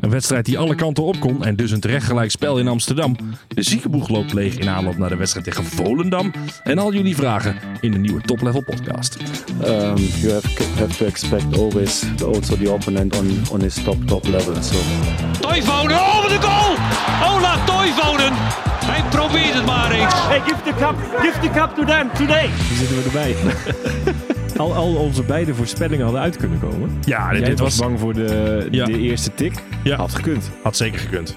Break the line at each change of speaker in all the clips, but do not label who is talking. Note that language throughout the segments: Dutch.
Een wedstrijd die alle kanten op kon en dus een terecht gelijk spel in Amsterdam. De ziekenboeg loopt leeg in aanloop naar de wedstrijd tegen Volendam. En al jullie vragen in de nieuwe Top Level podcast.
um, you have, have to expect always also the opponent on, on his top top level. So
Toivonen, oh wat een goal! Ola Toivonen! Hij probeert het maar eens.
Hey, give the cup, give the cup to them today.
Hier zitten we erbij. al, al onze beide voorspellingen hadden uit kunnen komen.
Ja,
Jij
dit, dit
was,
was
bang voor de,
Ja.
de eerste tik.
Ja.
Had gekund.
Had zeker gekund.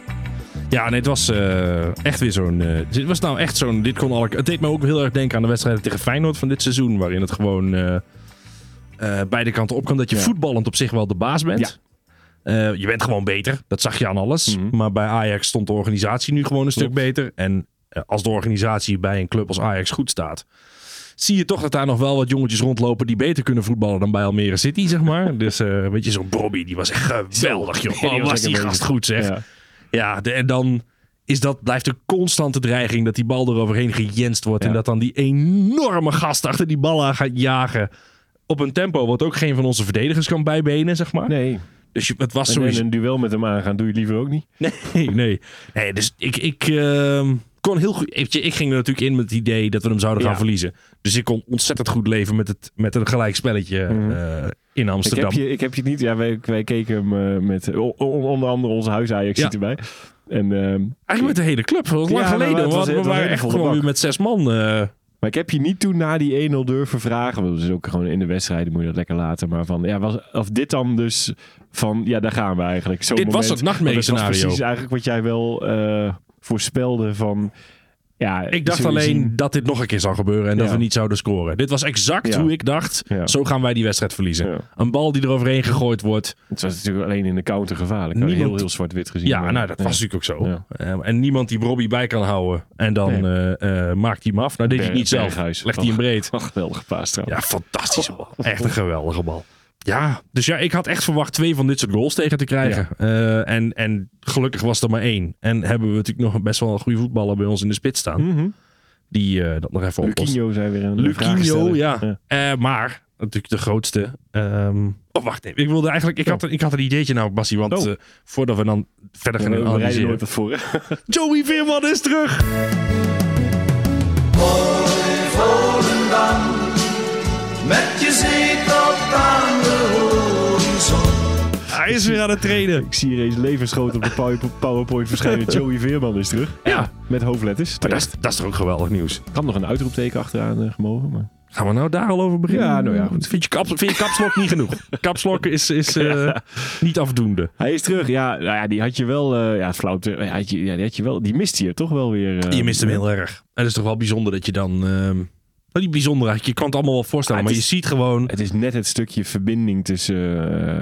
Ja, nee, het was eh, echt weer zo'n. eh, dit was nou echt zo'n. Dit kon alle, het deed me ook heel erg denken aan de wedstrijden tegen Feyenoord van dit seizoen. Waarin het gewoon eh, eh, beide kanten op kan. Dat je
Ja.
voetballend op zich wel de baas bent.
Ja.
Eh, je bent gewoon beter. Dat zag je aan alles.
Mhm.
Maar bij Ajax stond de organisatie nu gewoon een stuk beter. En eh, als de organisatie bij een club als Ajax goed staat. Zie je toch dat daar nog wel wat jongetjes rondlopen die beter kunnen voetballen dan bij Almere City, zeg maar. Dus eh weet je, zo'n Bobby, die was echt geweldig, joh.
Die
Oh,
was
was die
lekker
gast
bezig.
goed, zeg.
Ja.
Ja, de- en dan is dat, blijft de constante dreiging dat die bal eroverheen gejenst wordt.
Ja.
En dat dan die enorme gast achter die bal aan gaat jagen. Op een tempo wat ook geen van onze verdedigers kan bijbenen, zeg maar.
Nee.
Dus je, het was
En, en
sowieso...
een duel met hem aangaan doe je liever ook niet.
Nee, nee. Nee, dus ik, ik ehm, kon heel goed... weet je, Ik ging er natuurlijk in met het idee dat we hem zouden gaan
Ja.
verliezen. Dus ik kon ontzettend goed leven met, het, met een gelijkspelletje
Mhm.
eh, in
Ik
Amsterdam.
heb, je, ik heb je niet. Ja, wij, wij keken hem eh, met. o- o- onder andere onze huis Ajax
Ja.
zit erbij. En, ehm,
Eigenlijk met de hele club. Dat was lang
Ja, nou,
geleden.
het
We,
was-
hadden- we
het was
waren
een
echt
volle
gewoon
bak.
weer met zes man. eh,
maar ik heb je niet toen na die 1-0 durven vragen. Want dat is ook gewoon in de wedstrijden moet je dat lekker laten. Maar van. Ja, was, of dit dan dus. Van ja, daar gaan we eigenlijk. Zo'n
Dit was
moment.
het nachtmerriescenario.
Want dat was precies eigenlijk wat jij wel eh, voorspelde. Van. Ja,
Ik dacht
zul je
alleen
zien-
dat dit nog een keer zou gebeuren en dat
Ja.
we niet zouden scoren. Dit was exact
Ja.
hoe ik dacht.
Ja.
Zo gaan wij die wedstrijd verliezen.
Ja.
Een bal die er overheen gegooid wordt.
Het was natuurlijk alleen in de counter gevaarlijk. We hadden
Niemand-
Heel, heel zwart-wit gezien.
Ja,
maar-
nou dat
Ja.
was natuurlijk ook zo.
Ja.
Eh, en niemand die Robbie bij kan houden. En dan eh, eh, maakt hij hem af. Nou deed hij het niet
Ber-
zelf.
Berghuis.
Legt hij hem breed.
Wat een geweldige paas trouwens.
Ja, fantastische bal.
Oh.
Echt een geweldige bal. Ja, dus ja, ik had echt verwacht twee van dit soort goals tegen te krijgen. Eh, en, en gelukkig was er maar één. En hebben we natuurlijk nog best wel een goede voetballer bij ons in de spits staan.
Mhm.
Die eh, dat nog even oplost.
Luquinho zijn weer een
Luquinho,
vraagsteller.
ja. Eh, maar natuurlijk de grootste. ehm, oh, wacht even. Ik wilde eigenlijk. Ik, had, een- ik had een ideetje nou, Bassie. Want
Oh.
eh, voordat we dan verder gaan
We, we rijden
analyseren.
nooit wat voor. hè?
Joey Veerman is terug!
Met je zee tot aan de horizon.
Hij is weer aan het trainen.
Ik zie hier eens levensgroot op de power- PowerPoint verschijnen. Joey Veerman is terug.
Ja,
Met hoofdletters.
maar dat
Er
is, dat is toch ook geweldig nieuws.
kan nog een uitroepteken achteraan eh, gemogen. Maar...
Gaan we nou daar al over beginnen?
Ja, nou ja, goed.
Vind je, kaps, vind je kapslok niet genoeg? Kapslok is, is eh, niet afdoende.
Hij is terug. Ja, nou ja die had je wel. eh, ja, flauw. te- ja, had je, ja, die had je wel. Die miste je toch wel weer. eh,
Je mist hem heel erg. En dat is toch wel bijzonder dat je dan. ehm, nou, niet bijzonder eigenlijk. Je kan het allemaal wel voorstellen.
Ah,
maar
het
je ziet gewoon.
Het is net het stukje verbinding tussen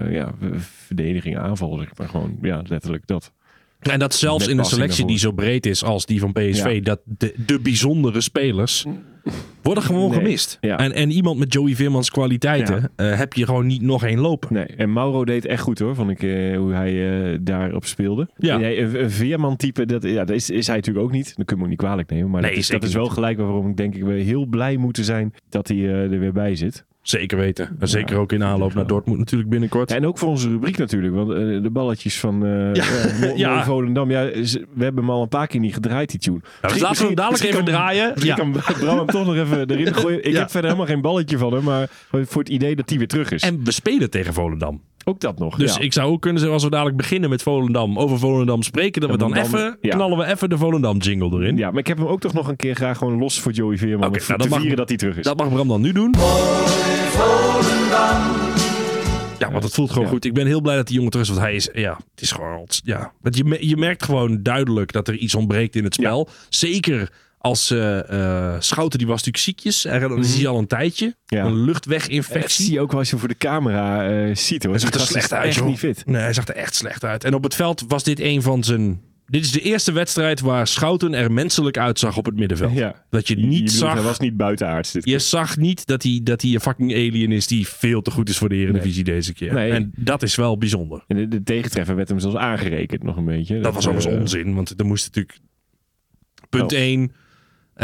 eh, ja, v- verdediging en aanval, zeg maar gewoon. Ja, letterlijk dat.
En dat zelfs
Met
in een
passing
selectie die zo breed is als die van PSV,
Ja.
dat de, de bijzondere spelers worden gewoon
Nee.
gemist.
Ja.
En, en iemand met Joey Veermans kwaliteiten eh, heb je gewoon niet nog één lopen.
Nee, en Mauro deed echt goed hoor, vond ik eh, hoe hij eh, daarop speelde.
Ja.
Nee, een, een veerman-type, dat, ja, dat is, is hij natuurlijk ook niet. Dat kunnen we hem niet kwalijk nemen. Maar
Nee,
dat, is,
zeker
dat is wel gelijk waarom ik denk ik we heel blij moeten zijn dat hij eh, er weer bij zit.
Zeker weten. En zeker ook in aanloop
wel.
naar Dortmund natuurlijk binnenkort.
En ook voor onze rubriek natuurlijk, want eh, de balletjes van eh ja.
ja.
Volendam. Ja, ze- we hebben hem al een paar keer niet gedraaid, die tune.
dus laten we hem dadelijk even draaien.
Ja. kan Bram hem toch nog even erin gooien. Ik
Ja.
heb verder helemaal geen balletje van hem, maar voor het idee dat hij weer terug is.
En we spelen tegen Volendam.
ook dat nog.
Dus
ja.
ik zou ook kunnen zeggen, als we dadelijk beginnen met Volendam, over Volendam spreken, dat we
Ja,
dan
dan-
even,
ja.
knallen we even de Volendam jingle erin.
Ja, maar ik heb hem ook toch nog een keer graag gewoon los voor Joey Veerman.
Oké,
om
nou,
te
dat mag-
vieren dat hij terug is.
Dat mag Bram dan nu doen. Ja, want het voelt gewoon
Ja.
goed. Ik ben heel blij dat die jongen terug is. Want hij is, ja, het is gewoon, ont- ja. Want je, me- je merkt gewoon duidelijk dat er iets ontbreekt in het spel. Zeker als eh, eh, Schouten, die was natuurlijk ziekjes. En dan is hij al een tijdje.
Mhm. Ja. Eh,
Een
Dat zie
luchtweginfectie.
je ook wel als je voor de camera eh, ziet. Hoor.
Hij zag
Die
er
gast
slecht
is
uit,
echt
joh.
niet fit.
Nee, hij zag er echt slecht uit. En op het veld was dit een van zijn... Dit is de eerste wedstrijd waar Schouten er menselijk uitzag op het middenveld.
Ja.
Dat je
Je
niet
bedoelt,
zag...
Hij was niet buitenaards dit
Je zag niet dat hij, dat hij een fucking alien is die veel te goed is voor de Eredivisie deze keer.
Nee.
En dat is wel bijzonder.
keer. En de, de tegentreffer werd hem zelfs aangerekend nog een beetje.
Dat was
alles
overigens onzin, want er moest natuurlijk... Punt
eh, Oh.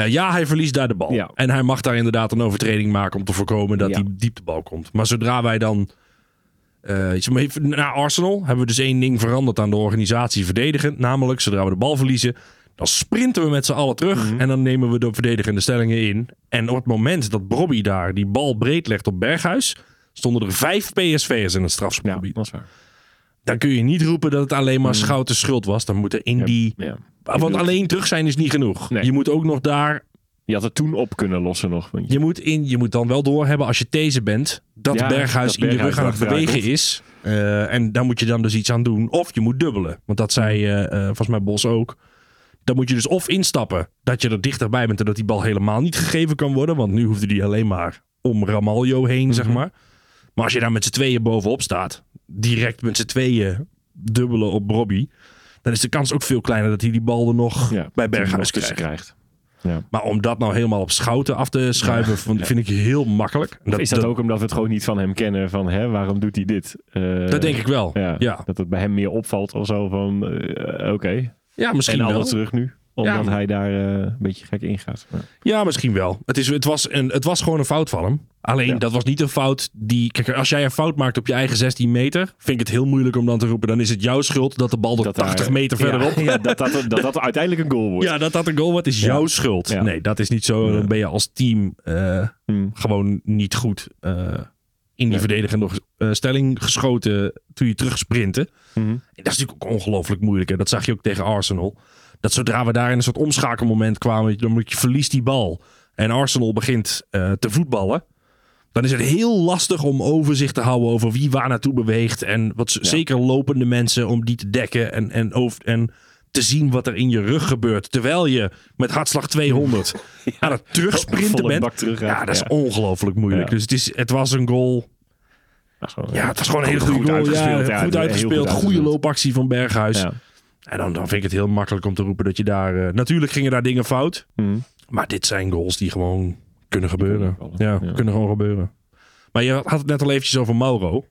1. ja, hij verliest daar de bal.
Ja.
En hij mag daar inderdaad een overtreding maken om te voorkomen dat
Ja.
die dieptebal komt. Maar zodra wij dan Eh, iets om even- na Arsenal hebben we dus één ding veranderd aan de organisatie verdedigend. Namelijk, zodra we de bal verliezen, dan sprinten we met z'n allen terug.
Mhm.
En dan nemen we de verdedigende stellingen in. En op het moment dat Bobby daar die bal breed legt op Berghuis, stonden er vijf PSV'ers in het
Ja,
strafschopgebied.
dat is waar.
Dan kun je niet roepen dat het alleen maar Schouten schuld was. Dan moeten in die...
Hmm. Ja.
Want alleen terug zijn is niet genoeg.
Nee.
Je moet ook nog daar
Je had het toen op kunnen lossen nog. want je-
je moet, in, je moet dan wel doorhebben als je deze bent. Dat
Ja,
Berghuis
dat
in je
Berghuis
rug aan het
achteruit
bewegen is. Eh, en daar moet je dan dus iets aan doen. Of je moet dubbelen. Want dat zei eh, eh, volgens mij Bos ook. Dan moet je dus of instappen dat je er dichterbij bent. En dat die bal helemaal niet gegeven kan worden. Want nu hoefde die alleen maar om Ramaljo heen, zeg
Mhm.
maar. Maar als je daar met z'n tweeën bovenop staat. Direct met z'n tweeën dubbelen op Robbie. Dan is de kans ook veel kleiner dat hij die bal er nog bij
ja, die er nog
Berghuis
tussen
krijgt.
krijgt.
Maar om dat nou helemaal op schouten af te schuiven, vond- vind ik heel makkelijk. Dat,
is dat, ook omdat we het gewoon niet van hem kennen? Van hè, waarom doet hij dit? Eh,
Dat denk ik wel.
Ja,
Ja, ja.
Dat het bij hem meer opvalt of zo van eh, oké. En
misschien
alles
wel.
terug nu. Omdat
Ja.
hij daar eh, een beetje gek in gaat. Ja.
Ja, misschien wel. Het, is, het, was, een, het was gewoon een fout van hem. Alleen
Ja.
dat was niet een fout die. Kijk, als jij een fout maakt op je eigen 16 meter, vind ik het heel moeilijk om dan te roepen. Dan is het jouw schuld dat de bal er
Dat
80
daar-
meter
Ja,
verderop.
Ja, dat, dat, dat, dat uiteindelijk een goal wordt.
Ja, dat dat een goal wordt, is jouw schuld.
Ja.
Nee, dat is niet zo. Dan ben je als team eh,
Hmm.
gewoon niet goed eh, in die verdedigende eh, stelling geschoten toen je terugsprintte.
Hmm.
En dat is natuurlijk ook ongelooflijk moeilijk. En dat zag je ook tegen Arsenal. Dat zodra we daar in een soort omschakelmoment kwamen, dan moet je verliest die bal. En Arsenal begint eh, te voetballen. Dan is het heel lastig om overzicht te houden over wie waar naartoe beweegt. En wat z- zeker lopende mensen om die te dekken. En, en, over, en te zien wat er in je rug gebeurt. Terwijl je met hartslag 200 aan het terugsprinten
Volle
bent.
bak terug
ja, dat is
ja.
ongelooflijk moeilijk.
Ja.
Dus het, is, het was een goal.
Ja, gewoon,
Ja, het was gewoon een hele goede
Goed
goal.
uitgespeeld,
ja,
ja.
goed
Heel
uitgespeeld.
goed
Goede
uitgespeeld.
loopactie van Berghuis.
Ja.
En dan, dan vind ik het heel makkelijk om te roepen dat je daar... eh, natuurlijk gingen daar dingen fout.
Mhm.
Maar dit zijn goals die gewoon kunnen gebeuren.
kunnen
ja,
vallen. Ja.
kunnen gewoon gebeuren. Maar je had het net al eventjes over Mauro.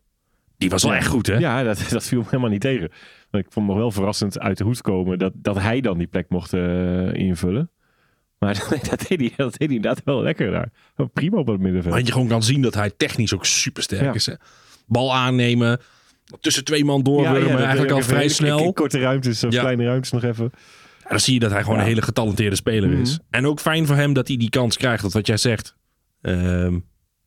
Die was wel echt goed, hè?
Ja, dat, dat viel me helemaal niet tegen. Want ik vond me wel verrassend uit de hoed komen dat, dat hij dan die plek mocht eh, invullen. Maar dat deed, hij, dat deed hij inderdaad wel lekker daar. Wel Prima op het middenveld.
Want je gewoon kan zien dat hij technisch ook supersterk
Ja.
is. Hè? Bal aannemen, tussen twee man doorwurmen,
dat-
eigenlijk al
even
vrij
in-
snel.
In, in korte ruimtes of
Ja.
kleine ruimtes nog even.
En dan zie je dat hij gewoon
Ja. Hmm.
een hele getalenteerde speler is. En ook fijn voor hem dat hij die kans krijgt, dat wat jij zegt. Ehm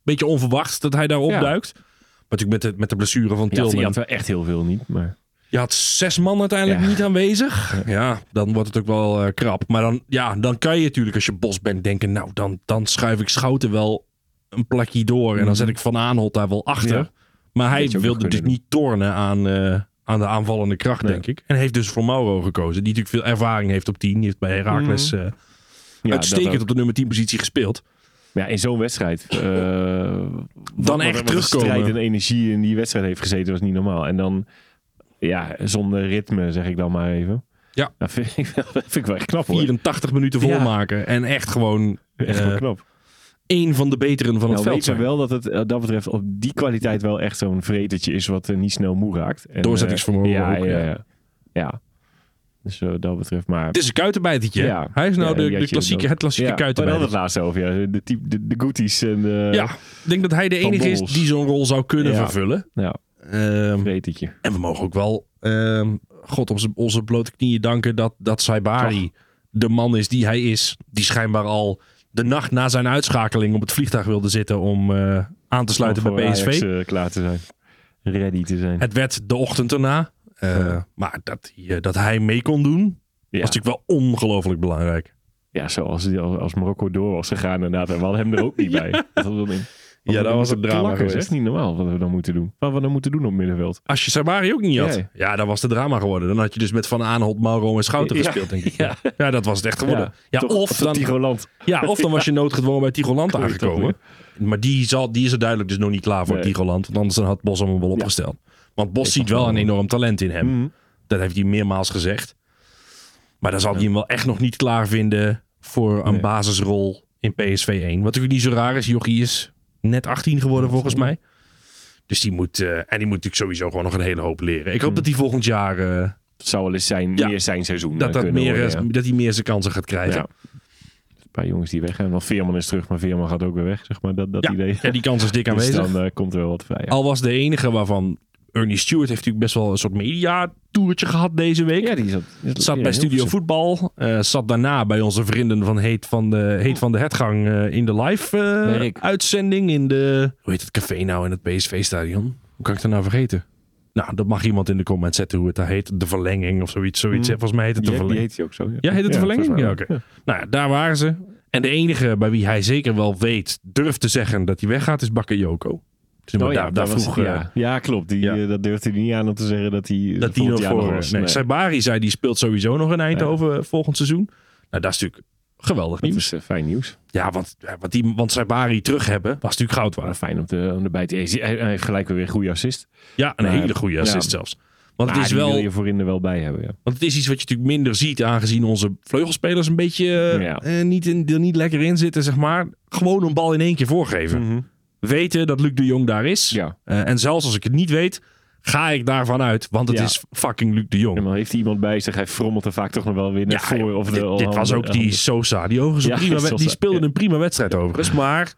beetje onverwacht dat hij daar opduikt. Maar natuurlijk met de, met de blessure van
Je had,
Tilman.
je had wel echt heel veel niet, maar...
Je had zes man uiteindelijk
Ja.
niet aanwezig. Ja, dan wordt het ook wel eh, krap. Maar dan, ja, dan kan je natuurlijk als je bos bent denken... nou, dan, dan schuif ik Schouten wel een plakje door... en dan zet ik Van Aanholt daar wel achter.
Mhm. Ja.
Maar hij
Dat je ook
wilde
nog
dus
kunnen
niet tornen aan, eh, aan de aanvallende kracht,
Nee.
denk ik. En heeft dus voor Mauro gekozen. Die natuurlijk veel ervaring heeft op 10. Die heeft bij Heracles eh,
Mhm. Ja, dat
uitstekend
ook.
op de nummer 10 positie gespeeld.
ja, in zo'n wedstrijd. eh, wat-
Dan
wat-
echt
wat
terugkomen.
strijd en energie in die wedstrijd heeft gezeten was niet normaal. En dan, ja, zonder ritme zeg ik dan maar even.
Ja.
Dat vind ik, dat vind ik wel echt knap hoor.
84 minuten
Ja.
volmaken. En echt gewoon
Echt wel
eh,
knap.
één van de beteren van
Nou
het veld
weten
zijn.
we wel dat het eh, dat betreft op die kwaliteit wel echt zo'n vretertje is wat eh, niet snel moe raakt. En,
Doorzettingsvermogen
eh, ja,
ook,
ja,
ja.
ja. Ja. Dus eh, dat betreft maar...
Het is een kuitenbijtertje.
Ja.
Hij is nou
Ja,
de,
die
de
had je
klassieke,
ook.
het klassieke
ja, we hadden
kuitenbijtertje.
het laatst over, ja. De, type, de, de goodies en eh, de...
Ja, ik denk dat hij de
Van
enige is
Bommels.
die zo'n rol zou kunnen
Ja.
vervullen.
Ja,
Ehm,
nou, vretertje.
en we mogen ook wel, ehm, God op z'n- onze blote knieën danken dat, dat Saibari de man is die hij is. Die schijnbaar al de nacht na zijn uitschakeling op het vliegtuig wilde zitten om eh, aan te sluiten
Om
bij
voor
PSV.
Ajax, eh, klaar te zijn. Ready te zijn.
Het werd de ochtend erna. Eh, Maar dat, hij, eh, dat hij mee kon doen,
ja.
was natuurlijk wel ongelooflijk belangrijk.
ja, zoals die- als, als Marokko door was gegaan inderdaad. En we hadden hem er ook niet bij. Dat was dan in,
Ja, dat was
een
een drama
Dat is
geweest.
echt niet normaal wat we dan moeten doen. Wat we dan moeten doen op middenveld.
Als je Saibari ook niet had,
Nee.
ja, dan was de drama geworden. Dan had je dus met Van Aanholt, Mauro en Schouten
Ja.
gespeeld, denk ik. Ja. dat was het echt geworden. Ja,
toch,
of, dan,
Tigoland.
ja, of dan was je noodgedwongen bij Tigoland
Klopt,
aangekomen. Maar die, zal, die is er duidelijk dus nog niet klaar voor
Nee.
Tigoland. Want anders dan had Bos hem wel opgesteld. Want Bos ziet wel een enorm talent in hem. Dat heeft hij meermaals gezegd. Maar dan zal hij hem wel echt nog niet klaar vinden voor een basisrol in PSV 1. Wat natuurlijk niet zo raar is. Jochie is net 18 geworden volgens mij. Dus die moet, eh, en die moet natuurlijk sowieso gewoon nog een hele hoop leren. Ik hoop dat hij volgend jaar eh,
Het zou wel eens zijn,
Ja.
meer zijn seizoen
dat,
eh,
dat,
kunnen
meer,
worden,
eh, dat hij meer zijn kansen gaat
ja.
krijgen.
Ja. Een paar jongens die weggaan. Want Veerman is terug, maar Veerman gaat ook weer weg. Zeg maar dat, dat
Ja,
idee.
ja, die kans is dik
Dus
aanwezig.
dan eh, komt er wel wat vrij. ja.
Al was de enige waarvan Ernie Stewart heeft natuurlijk best wel een soort media-toertje gehad deze week.
Ja, die zat,
Zat bij Studio Voetbal. eh, zat daarna bij onze vrienden van Heet van de, Heet van de Hertgang eh, in de
Rick.
live-uitzending. in de. Hoe heet het café nou in het PSV-stadion? Hoe kan ik dat nou vergeten? Nou, dat mag iemand in de comment zetten hoe het daar heet. De verlenging of zoiets. zoiets. hè. Volgens mij heet het de
Mm. Die, die
verlenging.
heet hij ook zo.
Ja, heet het de verlenging? Ja,
volgens
oké. Nou ja, daar waren ze. En de enige bij wie hij zeker wel weet, durft te zeggen dat hij weggaat, is Bakayoko. Dus
mij.
maar
Oh ja,
daar, daar
dat was-
vroeg... eh,
ja. ja, klopt. Die,
ja.
eh, dat durfde hij niet aan om te zeggen dat hij
dat die nog
jaar
voor
was.
Nee.
Nee.
Saibari zei, die speelt sowieso nog in Eindhoven eh, volgend seizoen. Nou, dat is natuurlijk geweldig
Dat
nieuws.
is eh, fijn nieuws.
Ja, want, ja, want, die, want Saibari terug hebben, was natuurlijk goud
Maar
waard.
fijn om, te, om erbij te... Hij hij heeft gelijk weer een goede assist.
Ja, een
Maar-
hele goede assist
ja.
zelfs. Want
Maar
het, is
die wil
wel,
je voorin er wel bij hebben, ja.
want het is iets wat je natuurlijk minder ziet, aangezien onze vleugelspelers een beetje eh,
Ja.
eh, niet, in, er niet lekker in zitten, zeg maar. Gewoon een bal in één keer voorgeven. Weten dat Luc de Jong daar is.
Mhm. Ja.
Eh, en zelfs als ik het niet weet, ga ik daarvan uit, want het
Ja.
is fucking Luc de Jong.
En dan heeft hij iemand bij zich. Hij frommelt er vaak toch nog wel weer naar
Ja,
voor.
joh,
Of de,
dit, dit
handen-
was ook die
handen.
Sosa. Die, overigens een
Ja,
prima, wed-
Sosa,
die speelde
ja.
een prima wedstrijd overigens. Maar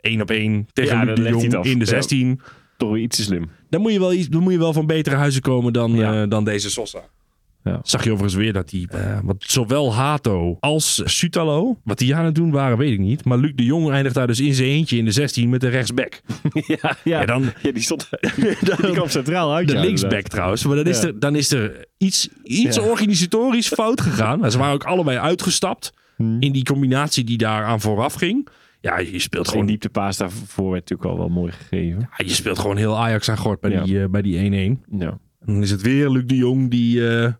één op één tegen
Ja,
Luc
dan
de
legt hij
Jong
het af.
in de
Ja.
16.
Toch weer iets te slim.
Dan moet, je wel iets, dan moet je wel van betere huizen komen dan,
Ja.
eh, dan deze Sosa.
Ja.
Zag je overigens weer dat die, eh, wat zowel Hato als Sutalo, wat die aan het doen waren, weet ik niet. Maar Luc de Jong eindigt daar dus in zijn eentje in de 16 met de rechtsback.
ja, ja.
Ja, dan-
ja, die stond... die kwam centraal uit,
De
ja,
linksback trouwens. Maar dan is
Ja.
er, dan is er iets, iets
Ja.
organisatorisch fout gegaan. Maar ze waren ook allebei uitgestapt
Hm.
in die combinatie die daar aan vooraf ging. Ja, je speelt
Gewoon
gewoon,
dieptepaas daarvoor werd natuurlijk al wel mooi gegeven.
ja, je speelt gewoon heel Ajax aan gort bij
Ja.
die eh, bij die 1-1.
Ja.
En dan is het weer Luc de Jong die, eh,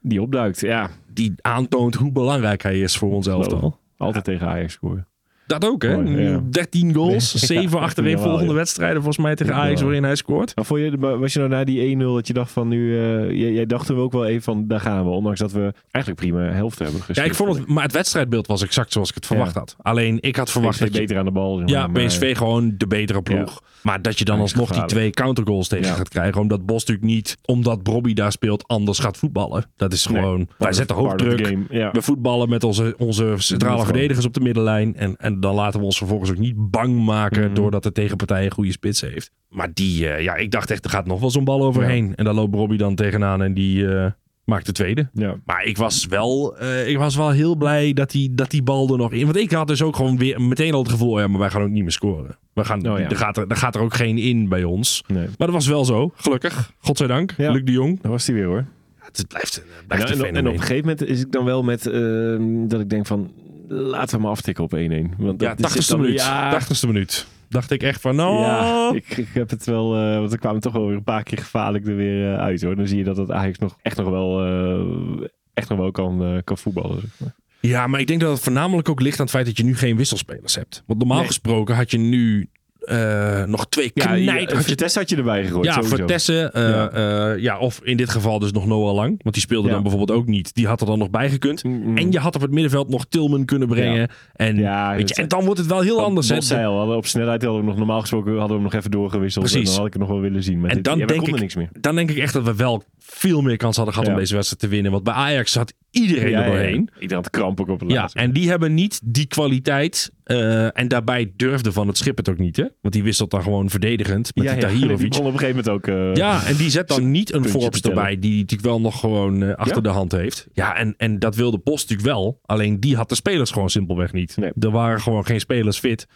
Die opduikt, ja.
die aantoont hoe belangrijk hij is voor ons elftal.
Altijd tegen Ajax scoren.
Dat ook, hè?
Mooi, ja.
13 goals,
Ja,
7 achterin
niet normaal,
volgende
joh.
wedstrijden volgens mij tegen
Niet
Ajax
normaal.
waarin hij scoort.
Maar vond je, was je nou na die 1-0 dat je dacht van nu... eh, jij, jij dacht er ook wel even van, daar gaan we. Ondanks dat we eigenlijk prima helft hebben gespeeld.
Ja, ik vond het, maar het wedstrijdbeeld was exact zoals ik het verwacht
Ja.
had. Alleen ik had verwacht
PSV
dat je
beter aan de bal. zeg
Ja,
maar, maar-
PSV gewoon de betere ploeg. Maar dat je dan
Ja,
alsnog die
gevaarlijk.
twee countergoals tegen
Ja.
gaat krijgen. Omdat Bos natuurlijk niet, omdat Bobby daar speelt, anders gaat voetballen. Dat is
Nee,
gewoon, wij
part of-
zetten
part of the
hoogdruk.
game, Ja.
We voetballen met onze, onze centrale
gewoon.
verdedigers op de middenlijn. En, en dan laten we ons vervolgens ook niet bang maken
Mhm.
doordat de tegenpartij een goede spits heeft. Maar die, eh, ja, ik dacht echt, er gaat nog wel zo'n bal overheen. En daar loopt Bobby dan tegenaan en die eh, maakt de tweede.
Ja.
Maar ik was wel, eh, ik was wel heel blij dat die, dat die bal er nog in. Want ik had dus ook gewoon weer meteen al het gevoel: oh ja, maar wij gaan ook niet meer scoren. We gaan,
Oh ja.
er, gaat er, er gaat er ook geen in bij ons.
Nee.
Maar dat was wel zo, gelukkig. Godzijdank.
Ja.
Luc de Jong.
Daar was hij weer hoor. Nou,
Het blijft, het
En,
blijft een
en- en op
fenomeen.
een gegeven moment is ik dan wel met ehm, dat ik denk van laten we maar aftikken op 1-1. Want
Ja,
dat is
80ste
dan-
minuut.
Ja,
80ste minuut. Dacht ik echt van, nou.
ja, ik, ik heb het wel, eh, want er kwamen toch wel weer een paar keer gevaarlijk er weer eh, uit hoor. Dan zie je dat het Ajax nog echt nog wel, eh, echt nog wel kan, eh, kan voetballen. zeg maar.
Ja, maar ik denk dat het voornamelijk ook ligt aan het feit dat je nu geen wisselspelers hebt. Want normaal gesproken had je nu eh, nog twee knijt.
eh,
had je
Vitesse had je erbij gegooid.
Ja,
sowieso.
Vertessen. eh,
Ja.
eh, ja, of in dit geval dus nog Noah Lang. Want die speelde
Ja.
dan bijvoorbeeld ook niet. Die had er dan nog bij gekund.
Mm-mm.
En je had op het middenveld nog Tilman kunnen brengen. En,
Ja,
weet je,
dat-
en dan wordt het wel heel anders. hè.
Bos zei al, we hadden op snelheid hadden we nog normaal gesproken hadden we hem nog even doorgewisseld.
Precies.
En dan had ik het nog wel willen zien. Maar
En
dit-
dan,
ja, we
denk
konden
ik,
niks meer.
dan denk ik echt dat we wel veel meer kans hadden gehad om
Ja.
deze wedstrijd te winnen. Want bij Ajax zat iedereen
Ja,
er
ja, ja.
doorheen.
Iedereen had kramp ook op het
Ja,
laatste.
en die hebben niet die kwaliteit. eh, en daarbij durfde Van het Schip het ook niet. Hè? Want die wisselt dan gewoon verdedigend met die
die
Tahirovic.
begon op een gegeven moment ook... eh,
Ja, en die zet dan niet een
puntje
Forbes
te tellen.
erbij, die natuurlijk wel nog gewoon eh, achter
Ja?
de hand heeft. Ja, en, en dat wilde Post natuurlijk wel. Alleen die had de spelers gewoon simpelweg niet.
Nee. Hmm.
Er waren gewoon geen spelers fit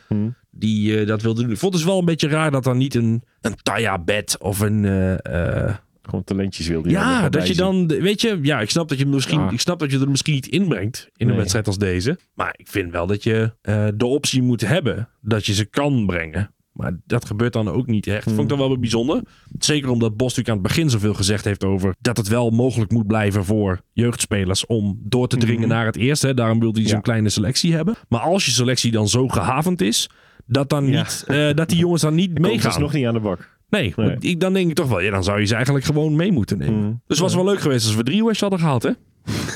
die eh, dat wilden doen. Ik vond het dus wel een beetje raar dat dan niet een, een Taya Bed of een... eh, eh,
Gewoon talentjes wilde je er
ja,
nog
dat
bij
je
zien.
dan... Weet je, ja, ik snap dat je, misschien,
Ja.
ik snap dat je er misschien niet inbrengt in een
Nee.
wedstrijd als deze. Maar ik vind wel dat je eh, de optie moet hebben dat je ze kan brengen. Maar dat gebeurt dan ook niet echt. Vond ik dan wel weer bijzonder. Zeker omdat Bos natuurlijk aan het begin zoveel gezegd heeft over dat het wel mogelijk moet blijven voor jeugdspelers om door te dringen naar het eerste. hè. Daarom wilde hij zo'n
Mhm. Ja.
kleine selectie hebben. Maar als je selectie dan zo gehavend is, dat, dan
Ja.
niet, eh, dat die jongens dan niet
Komt dus
meegaan.
nog niet aan de bak.
Nee, want Ik, dan denk ik toch wel, ja, dan zou je ze eigenlijk gewoon mee moeten nemen.
Mhm.
Dus het was wel leuk geweest als we drie West hadden gehad, hè?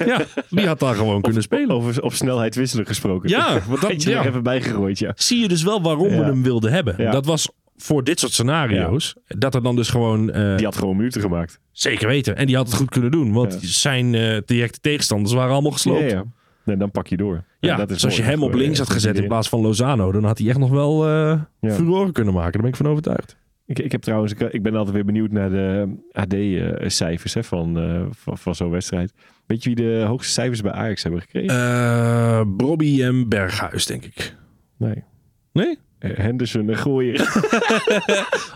ja, die had daar gewoon kunnen spelen.
Over op snelheid wisselen gesproken.
Ja, want dat
Had je er
ja.
even bijgegooid, ja.
zie je dus wel waarom we
Ja.
hem wilden hebben.
Ja.
Dat was voor dit soort scenario's, dat er dan dus gewoon eh,
Die had gewoon minuten gemaakt.
zeker weten. En die had het goed kunnen doen, want
Ja.
zijn eh, directe tegenstanders waren allemaal gesloopt.
Ja,
Ja,
ja. Nee, dan pak je door. dat is eh,
dus als je
mooi.
hem op
Gewoon,
links
ja,
had gezet in
iedereen.
plaats van Lozano, dan had hij echt nog wel eh
Ja.
furoren kunnen maken. Daar ben ik van overtuigd.
Ik, ik heb trouwens, ik, ik ben altijd weer benieuwd naar de ehm, AD-cijfers van, eh, van, van zo'n wedstrijd. Weet je wie de hoogste cijfers bij Ajax hebben gekregen?
Eh Bobby en Berghuis, denk ik.
nee.
Nee?
Eh, Henderson en Gooier.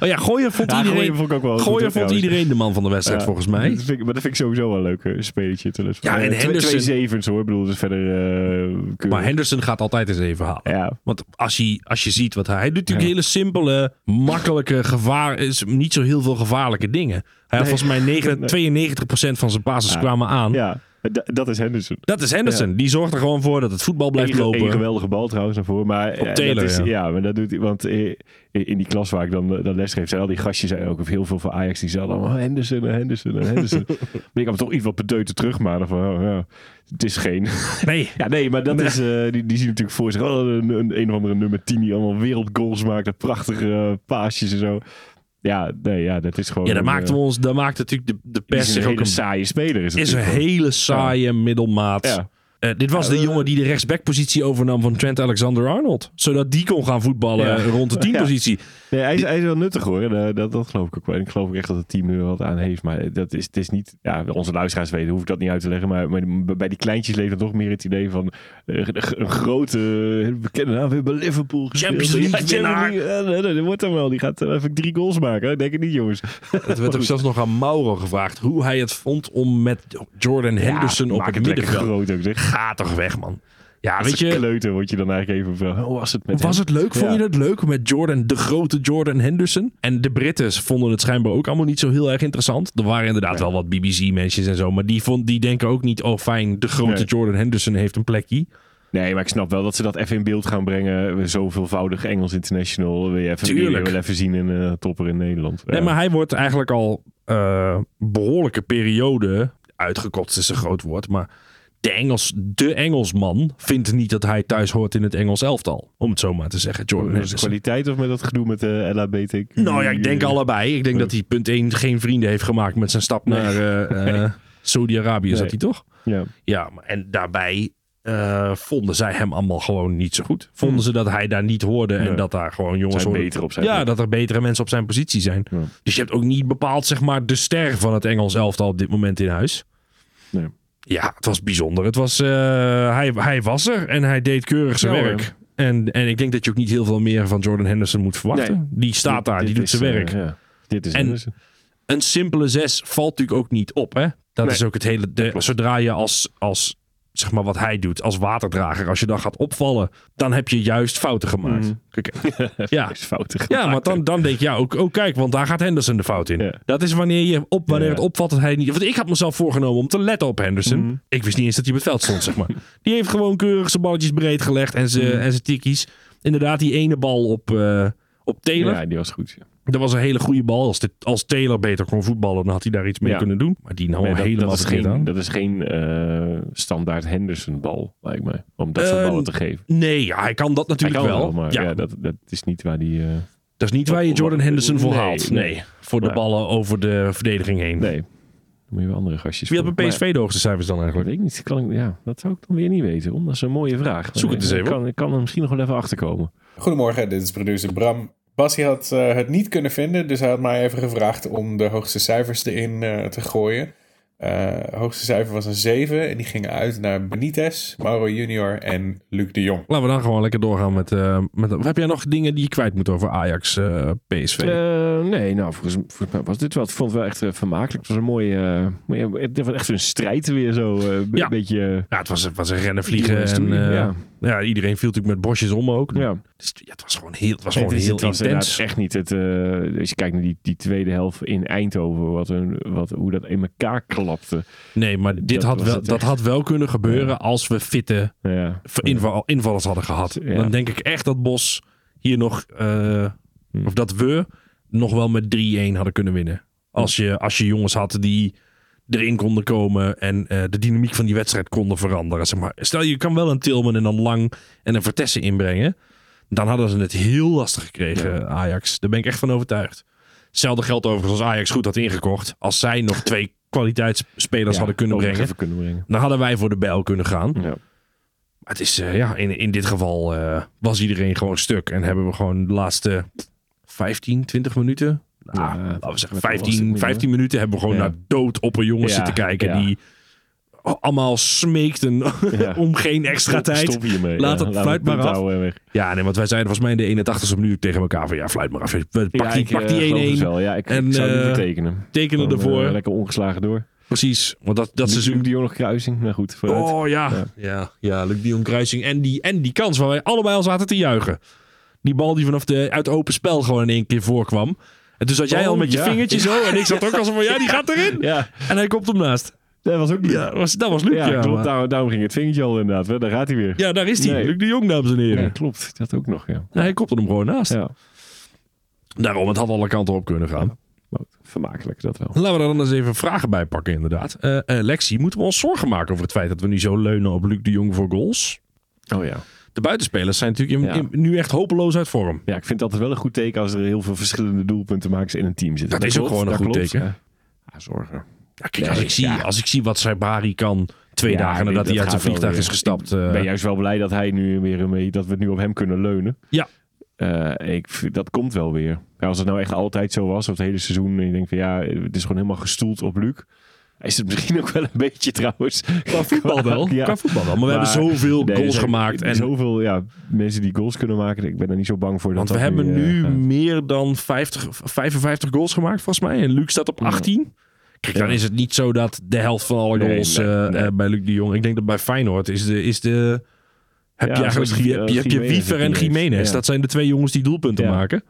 Oh ja, Gooier vond
Ja,
iedereen...
Gooier vond ik ook wel
Gooier
goed, hoor,
vond
trouwens.
iedereen de man van de wedstrijd,
Ja,
volgens
Dat
mij.
vind, ik- maar dat vind ik sowieso wel een leuk eh, spelletje. ten eerste.
Ja,
Eh,
en
twee-
Henderson-
Twee zevens hoor. Ik bedoel, dus verder... eh, keurig.
Maar Henderson gaat altijd eens even halen.
Ja,
Want als je, als je ziet wat hij... Hij doet natuurlijk hele simpele, makkelijke, gevaar... Is niet zo heel veel gevaarlijke dingen. Hij had volgens mij negen- 92% van zijn passes kwamen aan.
ja. eh, Da- dat is Henderson.
Dat is Henderson. Die zorgt er gewoon voor dat het voetbal blijft
Eén-
lopen.
één geweldige bal trouwens naar voren. Maar, eh,
Taylor,
dat is,
ja.
ja. maar dat doet hij. Want eh, in die klas waar ik dan, eh, dan les geef, zijn al die gastjes en ook heel veel van Ajax. Die zeiden allemaal "Oh, Henderson en Henderson en Henderson. maar ik kwam toch iets wat bedeuten terug, maar dan van, oh, ja, het is geen...
Nee.
ja, nee, maar dat is, eh, die, die zien natuurlijk voor zich oh, een, een, een of andere nummer 10 die allemaal wereldgoals maakt. En prachtige eh, paasjes en zo. Ja, nee, ja, dat is gewoon...
Ja, dat maakt,
eh,
ons, dat maakt natuurlijk de, de
die
pers
is
zich
een
ook
hele
een
saaie speler. Is, het
is een
natuurlijk
hele saaie middelmaat.
Ja.
Eh, dit was de jongen die de rechtsbackpositie overnam van Trent Alexander-Arnold. Zodat die kon gaan voetballen
Ja.
eh, rond de teampositie.
Nee, hij is, hij is wel nuttig hoor. En, eh, dat, dat geloof ik ook wel. En ik geloof ook echt dat het team er wat aan heeft. Maar dat is, het is niet... Ja, onze luisteraars weten, hoef ik dat niet uit te leggen. Maar, maar bij die kleintjes leeft dan toch meer het idee van... eh, een grote eh, bekende naam. We hebben Liverpool gespeeld.
Champions League
Ja,
winnaar.
League. Ja, nee, nee, dat wordt hem wel. Die gaat eh, even drie goals maken. hè. Denk het niet, jongens.
Het werd ook zelfs nog aan Mauro gevraagd hoe hij het vond om met Jordan Henderson
Ja,
op het,
maak lekker
middenveld.
groot ook, zeg.
Ga toch weg, man. Ja,
Als
weet je,
kleuter word je dan eigenlijk even van... "Oh, Hoe was het met
was
hem?
het leuk? Vond
Ja.
je het leuk met Jordan, de grote Jordan Henderson? En de Britten vonden het schijnbaar ook allemaal niet zo heel erg interessant. Er waren inderdaad wel wat BBC-mensen en zo, maar die, vond, die denken ook niet, oh fijn, de grote
Nee.
Jordan Henderson heeft een plekje.
Nee, maar ik snap wel dat ze dat even in beeld gaan brengen. Zo veelvoudig Engels International. Wil je even,
Tuurlijk.
wil je even zien in eh, topper in Nederland.
Nee,
Ja.
maar hij wordt eigenlijk al eh, behoorlijke periode, uitgekotst is een groot woord, maar de, Engels, de Engelsman vindt niet dat hij thuis hoort in het Engels elftal. Om het zo maar te zeggen, Jordan
Met de
Henderson.
kwaliteit of met dat gedoe met eh, de LHBTQ?
Nou ja, ik denk allebei. Ik denk dat hij punt 1 geen vrienden heeft gemaakt met zijn stap naar eh, eh, Saudi-Arabië, zat
Nee.
hij toch?
Ja.
Ja, maar- en daarbij eh, vonden zij hem allemaal gewoon niet zo goed. Vonden ze dat hij daar niet hoorde en
Nee.
dat daar gewoon jongens
Hmm. Zijn
hoorden-
beter op zijn
Ja,
plek.
dat er betere mensen op zijn positie zijn.
Ja.
Dus je hebt ook niet bepaald, zeg maar, de ster van het Engels elftal op dit moment in huis.
Nee.
Ja, het was bijzonder. Het was, eh, hij, hij was er en hij deed keurig zijn
Ja, hoor.
werk. En, en ik denk dat je ook niet heel veel meer van Jordan Henderson moet verwachten.
Nee.
Die staat daar, die doet zijn
eh,
werk.
Dit is
En-
Henderson.
Een simpele zes valt natuurlijk ook niet op. Hè? Dat
Nee.
is ook het hele. De, zodra je als, als, zeg maar wat hij doet, als waterdrager, als je dan gaat opvallen, dan heb je juist fouten gemaakt.
Mm,
Kijk, ja.
is foutig.
Ja, want dan, dan denk je, ja, ook, oh kijk, want daar gaat Henderson de fout in.
Ja.
Dat is wanneer, je op, wanneer
Ja.
het opvalt dat hij niet... Want ik had mezelf voorgenomen om te letten op Henderson.
Mm.
Ik wist niet eens dat hij op het veld stond, zeg maar. Die heeft gewoon keurig zijn balletjes breed gelegd en zijn,
Mm.
en zijn tikkies. Inderdaad, die ene bal op, eh, op Taylor.
Ja, die was goed. ja.
Dat was een hele goede bal. Als, dit, als Taylor beter kon voetballen, dan had hij daar iets mee
Ja.
kunnen doen. Maar die nou
Nee, Oh, dat,
helemaal
dat is
verkeerd
geen,
aan.
dat is geen eh, standaard Henderson bal, lijkt mij. Om dat soort
Eh,
ballen te geven.
Nee, ja, hij kan dat
Hij
natuurlijk
kan
wel.
maar
ja,
ja. dat, dat is niet waar die... eh,
dat is niet waar je Jordan Henderson voor
Nee,
haalt.
nee.
Nee, voor de
Maar-
ballen over de verdediging heen.
nee, dan moet je wel andere gastjes
Wie had
voor.
bij
Maar-
PSV de hoogste cijfers dan
Dat
eigenlijk?
weet ik niet. Kan ik- ja, dat zou ik dan weer niet weten. Omdat dat is een mooie vraag.
Zoek het eens
Ik
even
kan, ik kan er misschien nog wel even achterkomen.
Goedemorgen, dit is producer Bram. Basie had eh, het niet kunnen vinden, dus hij had mij even gevraagd om de hoogste cijfers erin eh, te gooien. Eh, hoogste cijfer was een 7 en die ging uit naar Benitez, Mauro Junior en Luc de Jong.
Laten we dan gewoon lekker doorgaan met... eh, met of heb jij nog dingen die je kwijt moet over Ajax, eh, PSV?
Eh, nee, nou, volgens, volgens mij was dit wel. Ik vond het wel echt eh, vermakelijk. Het was een mooie. eh, mooie- het was echt een strijd weer zo. eh, be-
Ja.
beetje. eh,
ja, het was, het was een rennen vliegen.
jongens
En,
doen,
eh, ja.
ja.
iedereen viel natuurlijk met bosjes om ook.
ja.
Dus, ja, het was gewoon heel, het was gewoon
Het is-
heel
het was
intens.
inderdaad echt niet het. eh, als je kijkt naar die, die tweede helft in Eindhoven. Wat een, wat, hoe dat in elkaar klapte.
Nee, maar dit
Dat
had
was
wel,
het
dat
echt.
had wel kunnen gebeuren als we fitte
Nou ja.
v- inval, invallers hadden gehad.
Ja.
Dan denk ik echt dat Bos hier nog, eh,
Hmm.
of dat we nog wel met 3-1 hadden kunnen winnen. Als je, als je jongens had die erin konden komen en eh, de dynamiek van die wedstrijd konden veranderen. Zeg maar. Stel je kan wel een Tilman en een Lang en een Vertessen inbrengen. Dan hadden ze het heel lastig gekregen, Ajax. Daar ben ik echt van overtuigd. Hetzelfde geldt overigens als Ajax goed had ingekocht. Als zij nog twee kwaliteitsspelers
Ja,
hadden kunnen
ook nog
brengen.
even kunnen brengen.
Dan hadden wij voor de bijl kunnen gaan.
Ja.
Maar het is, eh, ja, in, in dit geval eh, was iedereen gewoon stuk. En hebben we gewoon de laatste 15, 20 minuten. Nou,
Ja,
laten we zeggen
met alles
15,
niet,
15 minuten hebben we gewoon
Ja.
naar dood op een jongen
Ja,
zitten kijken.
ja.
Die allemaal smeekten
Ja.
om geen extra tijd.
Stop hiermee.
Laat het fluit maar af.
houden en weg.
Ja, nee, want wij zeiden volgens mij in de 81ste minuut tegen elkaar van ja, fluit maar af. Pak
Ja,
die,
ik,
pak
eh,
die
geloof
1-1.
het wel. Ja, ik,
En,
ik zou het
eh,
niet tekenen.
tekenen
Dan,
ervoor.
eh, lekker ongeslagen door.
Precies, want dat, dat
Luc- Luc
seizoen...
de Jong nog kruising. Nou goed, vooruit.
Oh ja.
Ja.
Ja, ja, Luc Dion Kruising. En die, en die kans waar wij allebei al zaten te juichen. Die bal die vanaf de, uit open spel gewoon in één keer voorkwam. En toen zat jij
Oh,
al met je
ja.
vingertje zo. En ik zat ook al zo van, ja, die gaat erin.
Ja,
En hij komt hem naast.
dat was ook niet.
Ja,
Ja,
dat was, dat was Luc. Ja,
klopt.
maar-
Daarom, daarom ging het vingertje al inderdaad. hè. Daar gaat hij weer.
Ja, daar is hij.
Nee.
Luc de Jong, dames en heren.
Ja, klopt. Dat ook nog, ja.
Hij kopte hem gewoon naast.
ja.
Daarom, het had alle kanten op kunnen gaan.
Maar goed, Vermakelijk, dat wel.
Laten we er dan eens even vragen bij pakken, inderdaad. Eh eh, Lexi, moeten we ons zorgen maken over het feit dat we nu zo leunen op Luc de Jong voor goals?
Oh ja.
De buitenspelers zijn natuurlijk in-
Ja.
in- nu echt hopeloos uit vorm.
Ja, ik vind het altijd wel een goed teken als er heel veel verschillende doelpuntenmakers in een team zitten.
Dat is ook
klopt,
gewoon een
dat
goed
klopt,
teken.
ja. Ja, zorgen.
Ja, kijk,
Ja,
als, ik
ik-
zie,
ja.
als ik zie wat Saibari kan twee
Ja,
dagen
ik denk
nadat hij
dat
uit zijn
gaat wel
vliegtuig
weer.
is gestapt.
Ik ben
eh,
juist wel blij dat hij nu weer een beetje- dat we nu op hem kunnen leunen.
Ja.
Eh, ik, vind- dat komt wel weer. Ja, als het nou echt altijd zo was, of het hele seizoen, en je denkt van ja, het is gewoon helemaal gestoeld op Luc. Is het misschien ook wel een beetje trouwens.
Qua voetbal wel.
Ja.
Qua voetbal wel. Maar, we
Maar-
hebben zoveel
Nee, er
goals
zijn
gemaakt. En,
Zoveel ja, mensen die goals kunnen maken. Ik ben er niet zo bang voor. Dat
want we
dat
hebben
eh,
nu
gaat.
meer dan 50, 55 goals gemaakt, volgens mij. En Luc staat op 18. Kijk, dan
Ja.
is het niet zo dat de helft van alle
Nee,
goals
nee,
eh,
nee.
eh, bij Luc de Jong. Ik denk dat bij Feyenoord is de. Is de heb
Ja,
je
zoals
eigenlijk
Gi-
heb je, heb je
Gimenez
Wiever en
het niet heeft.
Jiménez.
Ja.
Dat zijn de twee jongens die doelpunten
Ja.
maken.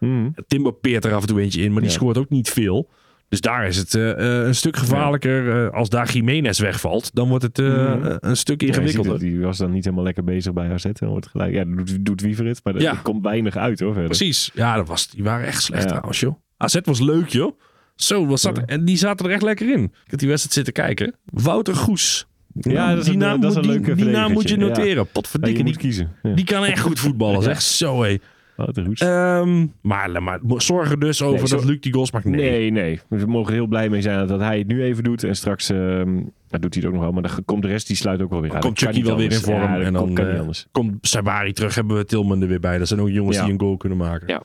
Mhm.
Timber peert er af en toe eentje in, maar die
Ja.
scoort ook niet veel. Dus daar is het eh, eh, een stuk gevaarlijker. Eh, als daar Jiménez wegvalt, dan wordt het eh,
Mhm.
eh, een stuk
Ja, je ziet
ingewikkelder.
dat die was dan niet helemaal lekker bezig bij AZ. En wordt gelijk, ja, doet, doet Wiever het, maar dat,
Ja.
er komt weinig uit hoor. Verder.
Precies. Ja, dat was, die waren echt slecht
Ja.
trouwens, joh. AZ was leuk, joh. Zo, wat zat er, en die zaten er echt lekker in. Ik heb die wedstrijd zitten kijken. Wouter Goes.
Ja, dat is
die
een-
naam,
dat
moet-
is een
die-
leuke
Die naam moet je
verdedigertje, ja.
noteren.
Ja, je
Potverdikke,
moet
die,
kiezen. Ja.
die kan echt goed voetballen. Zeg, zo, hé.
Wouter Hoes.
Ehm, maar, maar zorg er dus over
Nee, zo-
dat Luc die goals maakt. Nee.
Nee, nee. We mogen er heel blij mee zijn dat hij het nu even doet. En straks ehm, dat doet hij het ook nog wel. Maar dan komt de rest, die sluit ook wel weer aan.
komt
Nou, Dat kan
Chucky wel
niet
weer in
anders.
vorm.
Ja, dat
en
kan-
dan
kan
eh,
niet anders.
komt Sabari terug, hebben we Tilman er weer bij. Dat zijn ook jongens
Ja.
die een goal kunnen maken.
Ja.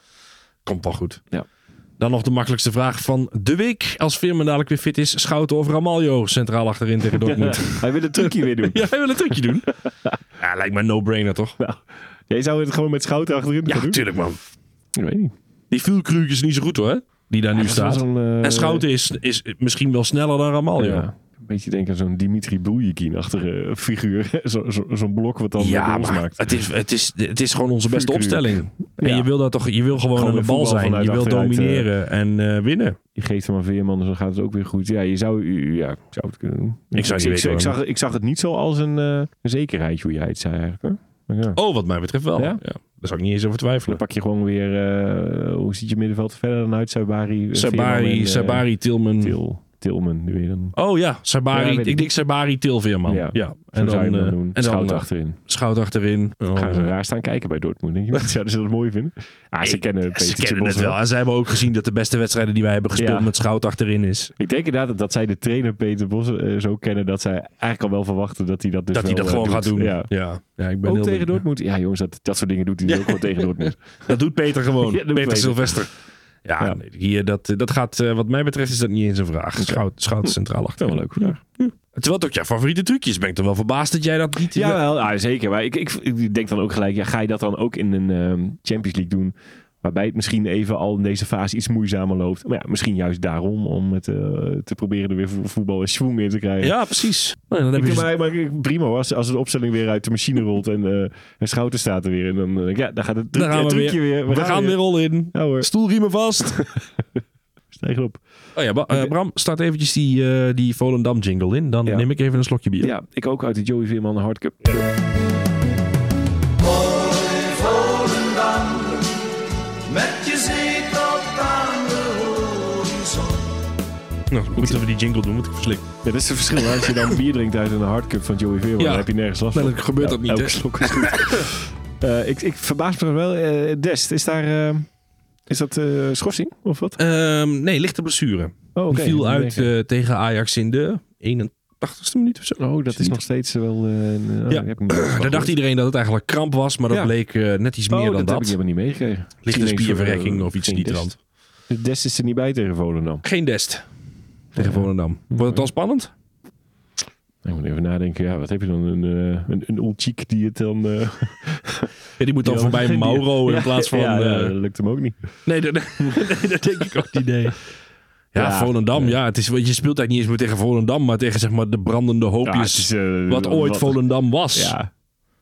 Komt wel goed.
Ja.
Dan nog de makkelijkste vraag van de week. Als Veerman dadelijk weer fit is, Schouten of Ramaljo centraal achterin tegen Dortmund.
Hij wil het trucje weer doen.
ja, wij willen een trucje doen. Ja, lijkt me een no-brainer toch?
Nou, jij zou het gewoon met schouten achterin
Ja,
gaan doen?
natuurlijk man.
Ik weet niet.
Die Vuelkrug is niet zo goed hoor, die daar nu
Dat is wel
staat.
zo'n, eh,
En Schouten is, is misschien wel sneller dan Ramaljo.
Ja. Een beetje denken aan zo'n Dimitri Boejekin-achtige figuur. Zo- zo- zo'n blok wat dan de
Ja,
goals
maar
maakt.
het is, het, is, het is gewoon onze beste
Vuurkrug.
opstelling. En
Ja.
je wil, dat toch, je wil gewoon,
Gewoon
aan de
de
bal
voetbal
zijn.
vanuit
Je wil
achteruit, eh,
domineren en eh, winnen.
Je geeft hem aan Veerman, dus dan gaat het ook weer goed. Ja, je zou, ja, ik zou het kunnen doen.
Ik zou het niet
ik,
weten,
ik,
hoor.
zag, ik zag het niet zo als een, eh, een zekerheid, hoe jij het zei eigenlijk. Hoor. Maar ja.
Oh, wat mij betreft wel. Ja?
Ja?
Daar zou ik niet eens over
Dan
twijfelen.
pak je gewoon weer, eh, hoe ziet je middenveld er verder dan uit? Sabari, eh, Veerman en,
Sabari,
eh,
Sabari, Tilman.
Til, Tilman, nu weer dan.
Oh ja, Sabari.
Ja, weet
ik
ik.
denk Sabari, Tilveerman. Ja.
Ja.
ja.
En zou je hem
eh,
dan doen.
en dan
Schout
eh,
achterin.
schout achterin. Oh.
Gaan ze raar staan kijken bij Dortmund, denk je? niet? Zouden ze dat mooi vinden? Ah, ze
Ik-
kennen
Ze
Peter
kennen het wel. En zij hebben ook gezien dat de beste wedstrijden die wij hebben gespeeld
Ja.
met schout achterin is.
Ik denk inderdaad dat, dat zij de trainer Peter Bos eh, zo kennen dat zij eigenlijk al wel verwachten dat hij dat dus
dat hij
wel,
dat
eh,
gewoon
doet.
gaat doen.
Ja.
Ja. Ja. ik ben
Ook
heel
tegen
benieuwd.
Dortmund? Ja jongens, dat, dat soort dingen doet hij dus
Ja.
ook gewoon tegen Dortmund.
Dat doet Peter gewoon.
Ja, dat doet
Peter,
Peter.
Silvester. Ja,
Ja.
nee, hier, dat, dat gaat, eh, wat mij betreft, is dat niet eens een vraag. Schout, schout centraal
Dat
achterin.
is wel leuk. Ja.
Terwijl het ook jouw favoriete trucje is, ben ik er wel verbaasd dat jij dat niet...
Jawel, ja, zeker. Maar ik, ik, ik denk dan ook gelijk, ja, ga je dat dan ook in een ehm, Champions League doen? Waarbij het misschien even al in deze fase iets moeizamer loopt. Maar ja, misschien juist daarom om het eh, te proberen er weer vo- voetbal en schwung in te krijgen.
Ja, precies. Nou, dan heb
Ik
je
vind maar, maar prima als, als de opstelling weer uit de machine rolt en, eh en Schouten staat er weer. En dan, eh, ja, dan gaat het
Daar dus- gaan we
trucje weer.
We gaan weer rollen in.
Ja hoor,
Stoelriemen vast.
stijg op.
Oh ja, Ba- eh, Bram, start eventjes die, eh, die Volendam jingle in. Dan
Ja.
neem ik even een slokje bier.
Ja, ik ook uit de Joey Veerman Hardcup.
Volendam, met je zee tot aan de horizon.
Nou, moeten we die jingle doen, want ik verslik.
Ja, dat is het verschil. Als je dan bier drinkt uit een hardcup van Joey Veerman,
Ja.
dan heb je nergens last van.
Nee, dat Nou, gebeurt dat niet,
elke
hè?
slok is goed. Eh, ik, ik verbaas me wel. eh, Dest, is daar... eh, is dat eh, schorsing of wat?
Ehm, nee, lichte blessure.
Oh, oké.
Die viel
Dan
uit
denk ik-
eh, tegen Ajax in de 80ste minuut of zo.
Oh, dat is nog steeds wel... eh, een- oh,
Ja.
die heb ik niet
Daar dacht iedereen dat het eigenlijk kramp was, maar dat
Ja.
bleek eh, net iets
Oh,
meer dan
dat heb ik
dat.
helemaal niet meegekregen.
Ligt een
Ineens
spierverrekking
voor,
of iets
eh,
in die
geen
trant.
Dest. Dest is er niet bij tegen Volendam.
Geen dest tegen Volendam. Wordt het dan spannend?
Ik moet even nadenken. Ja, wat heb je dan? Een, eh een, een Ulchik die het dan... eh,
Ja, die moet dan
die-
voorbij
die-
Mauro in
Ja,
plaats van...
Ja, ja,
eh,
dat lukt hem ook niet.
nee, dat, nee, dat denk ik ook niet. Nee. Ja,
Ja.
Volendam. Ja, het is, want je speelt eigenlijk niet eens meer tegen Volendam, maar tegen zeg maar, de brandende
Ja, het
hoopjes.
is, eh,
wat ooit Volendam was.
Ja.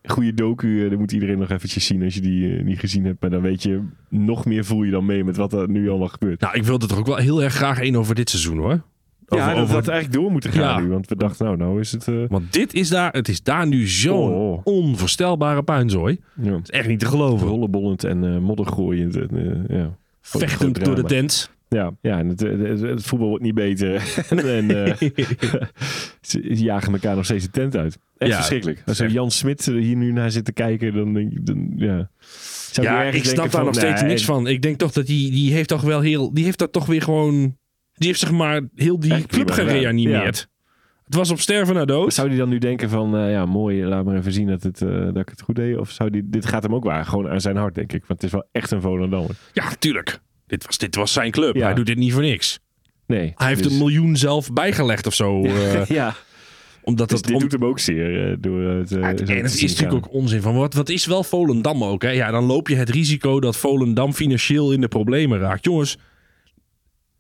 Goede docu, eh, dat moet iedereen nog eventjes zien als je die eh, niet gezien hebt. Maar dan weet je, nog meer voel je dan mee met wat er nu allemaal gebeurt.
Nou, ik wilde er ook wel heel erg graag één over dit seizoen hoor. Over,
ja, dat
over-
had eigenlijk door moeten gaan
Ja.
nu. Want we dachten, nou, nou is het... eh,
Want dit is daar, het is daar nu zo'n
Oh.
onvoorstelbare puinzooi. Het
ja.
is echt niet te geloven.
Rollenbollend en eh moddergooiend. En, eh, ja. Groot- groot
Vechtend door de
drama.
tent.
Ja, ja en het, het, het voetbal wordt niet beter. en eh, ze jagen elkaar nog steeds de tent uit. Echt
Ja,
verschrikkelijk.
dat
Als
is
er
echt-
Jan Smit er hier nu naar zit te kijken, dan denk ik... Dan, ja, Zou
Ja,
ergens
ik snap
denken
daar
van,
nog steeds
nee,
niks van. Ik denk toch dat die, die heeft toch wel heel, die heeft dat toch weer gewoon, die heeft zeg maar heel die
Echt
club
prima gedaan.
gereanimeerd. Het was op sterven naar dood.
Zou die dan nu denken van, eh, ja mooi, laat maar even zien dat, het, eh, dat ik het goed deed? Of zou die, dit gaat hem ook waar, gewoon aan zijn hart denk ik. Want het is wel echt een Volendammer.
Ja, tuurlijk. Dit was, dit was zijn club.
Ja.
Hij doet dit niet voor niks.
Nee.
Hij heeft
dus-
een miljoen zelf bijgelegd of zo. eh,
ja,
omdat
dus
dat,
dit
om-
doet hem ook zeer eh, door het... eh,
Ja,
zo
en
te
het
zien
is natuurlijk
gaan.
ook onzin. Van wat, wat is wel Volendam ook? Hè? Ja, dan loop je het risico dat Volendam financieel in de problemen raakt. Jongens,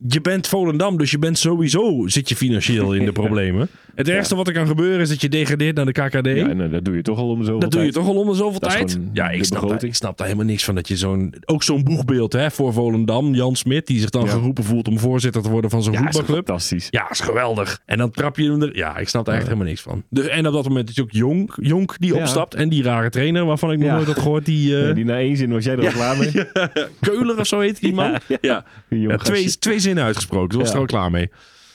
je bent Volendam, dus je bent sowieso zit je financieel in de problemen. Het ergste wat er kan gebeuren is dat je degradeert naar de KKD.
Ja, en, eh, dat doe je toch al om zo
dat doe je toch al om de zoveel
Dat is
tijd?
gewoon
Ja,
de
ik snap, daar,
begroting.
ik snap daar helemaal niks van. Dat je zo'n, ook zo'n boegbeeld hè, voor Volendam, Jan Smit, die zich dan
Ja.
geroepen voelt om voorzitter te worden van zo'n
Ja, is toch
voetbalclub.
fantastisch.
Ja, is geweldig. En dan trap je hem er. Ja, ik snap daar echt helemaal niks van. Dus, en op dat moment is ook Jonk, Jonk die
Ja.
opstapt. En die rare trainer waarvan ik nog
Ja.
nooit had gehoord. Die, eh
Nee, die na één zin was jij er al klaar mee.
Keuler of zo heet die man. Ja,
Die jonge
Ja, twee,
gastje.
twee zinnen uitgesproken. Toen was
Ja.
er al klaar mee.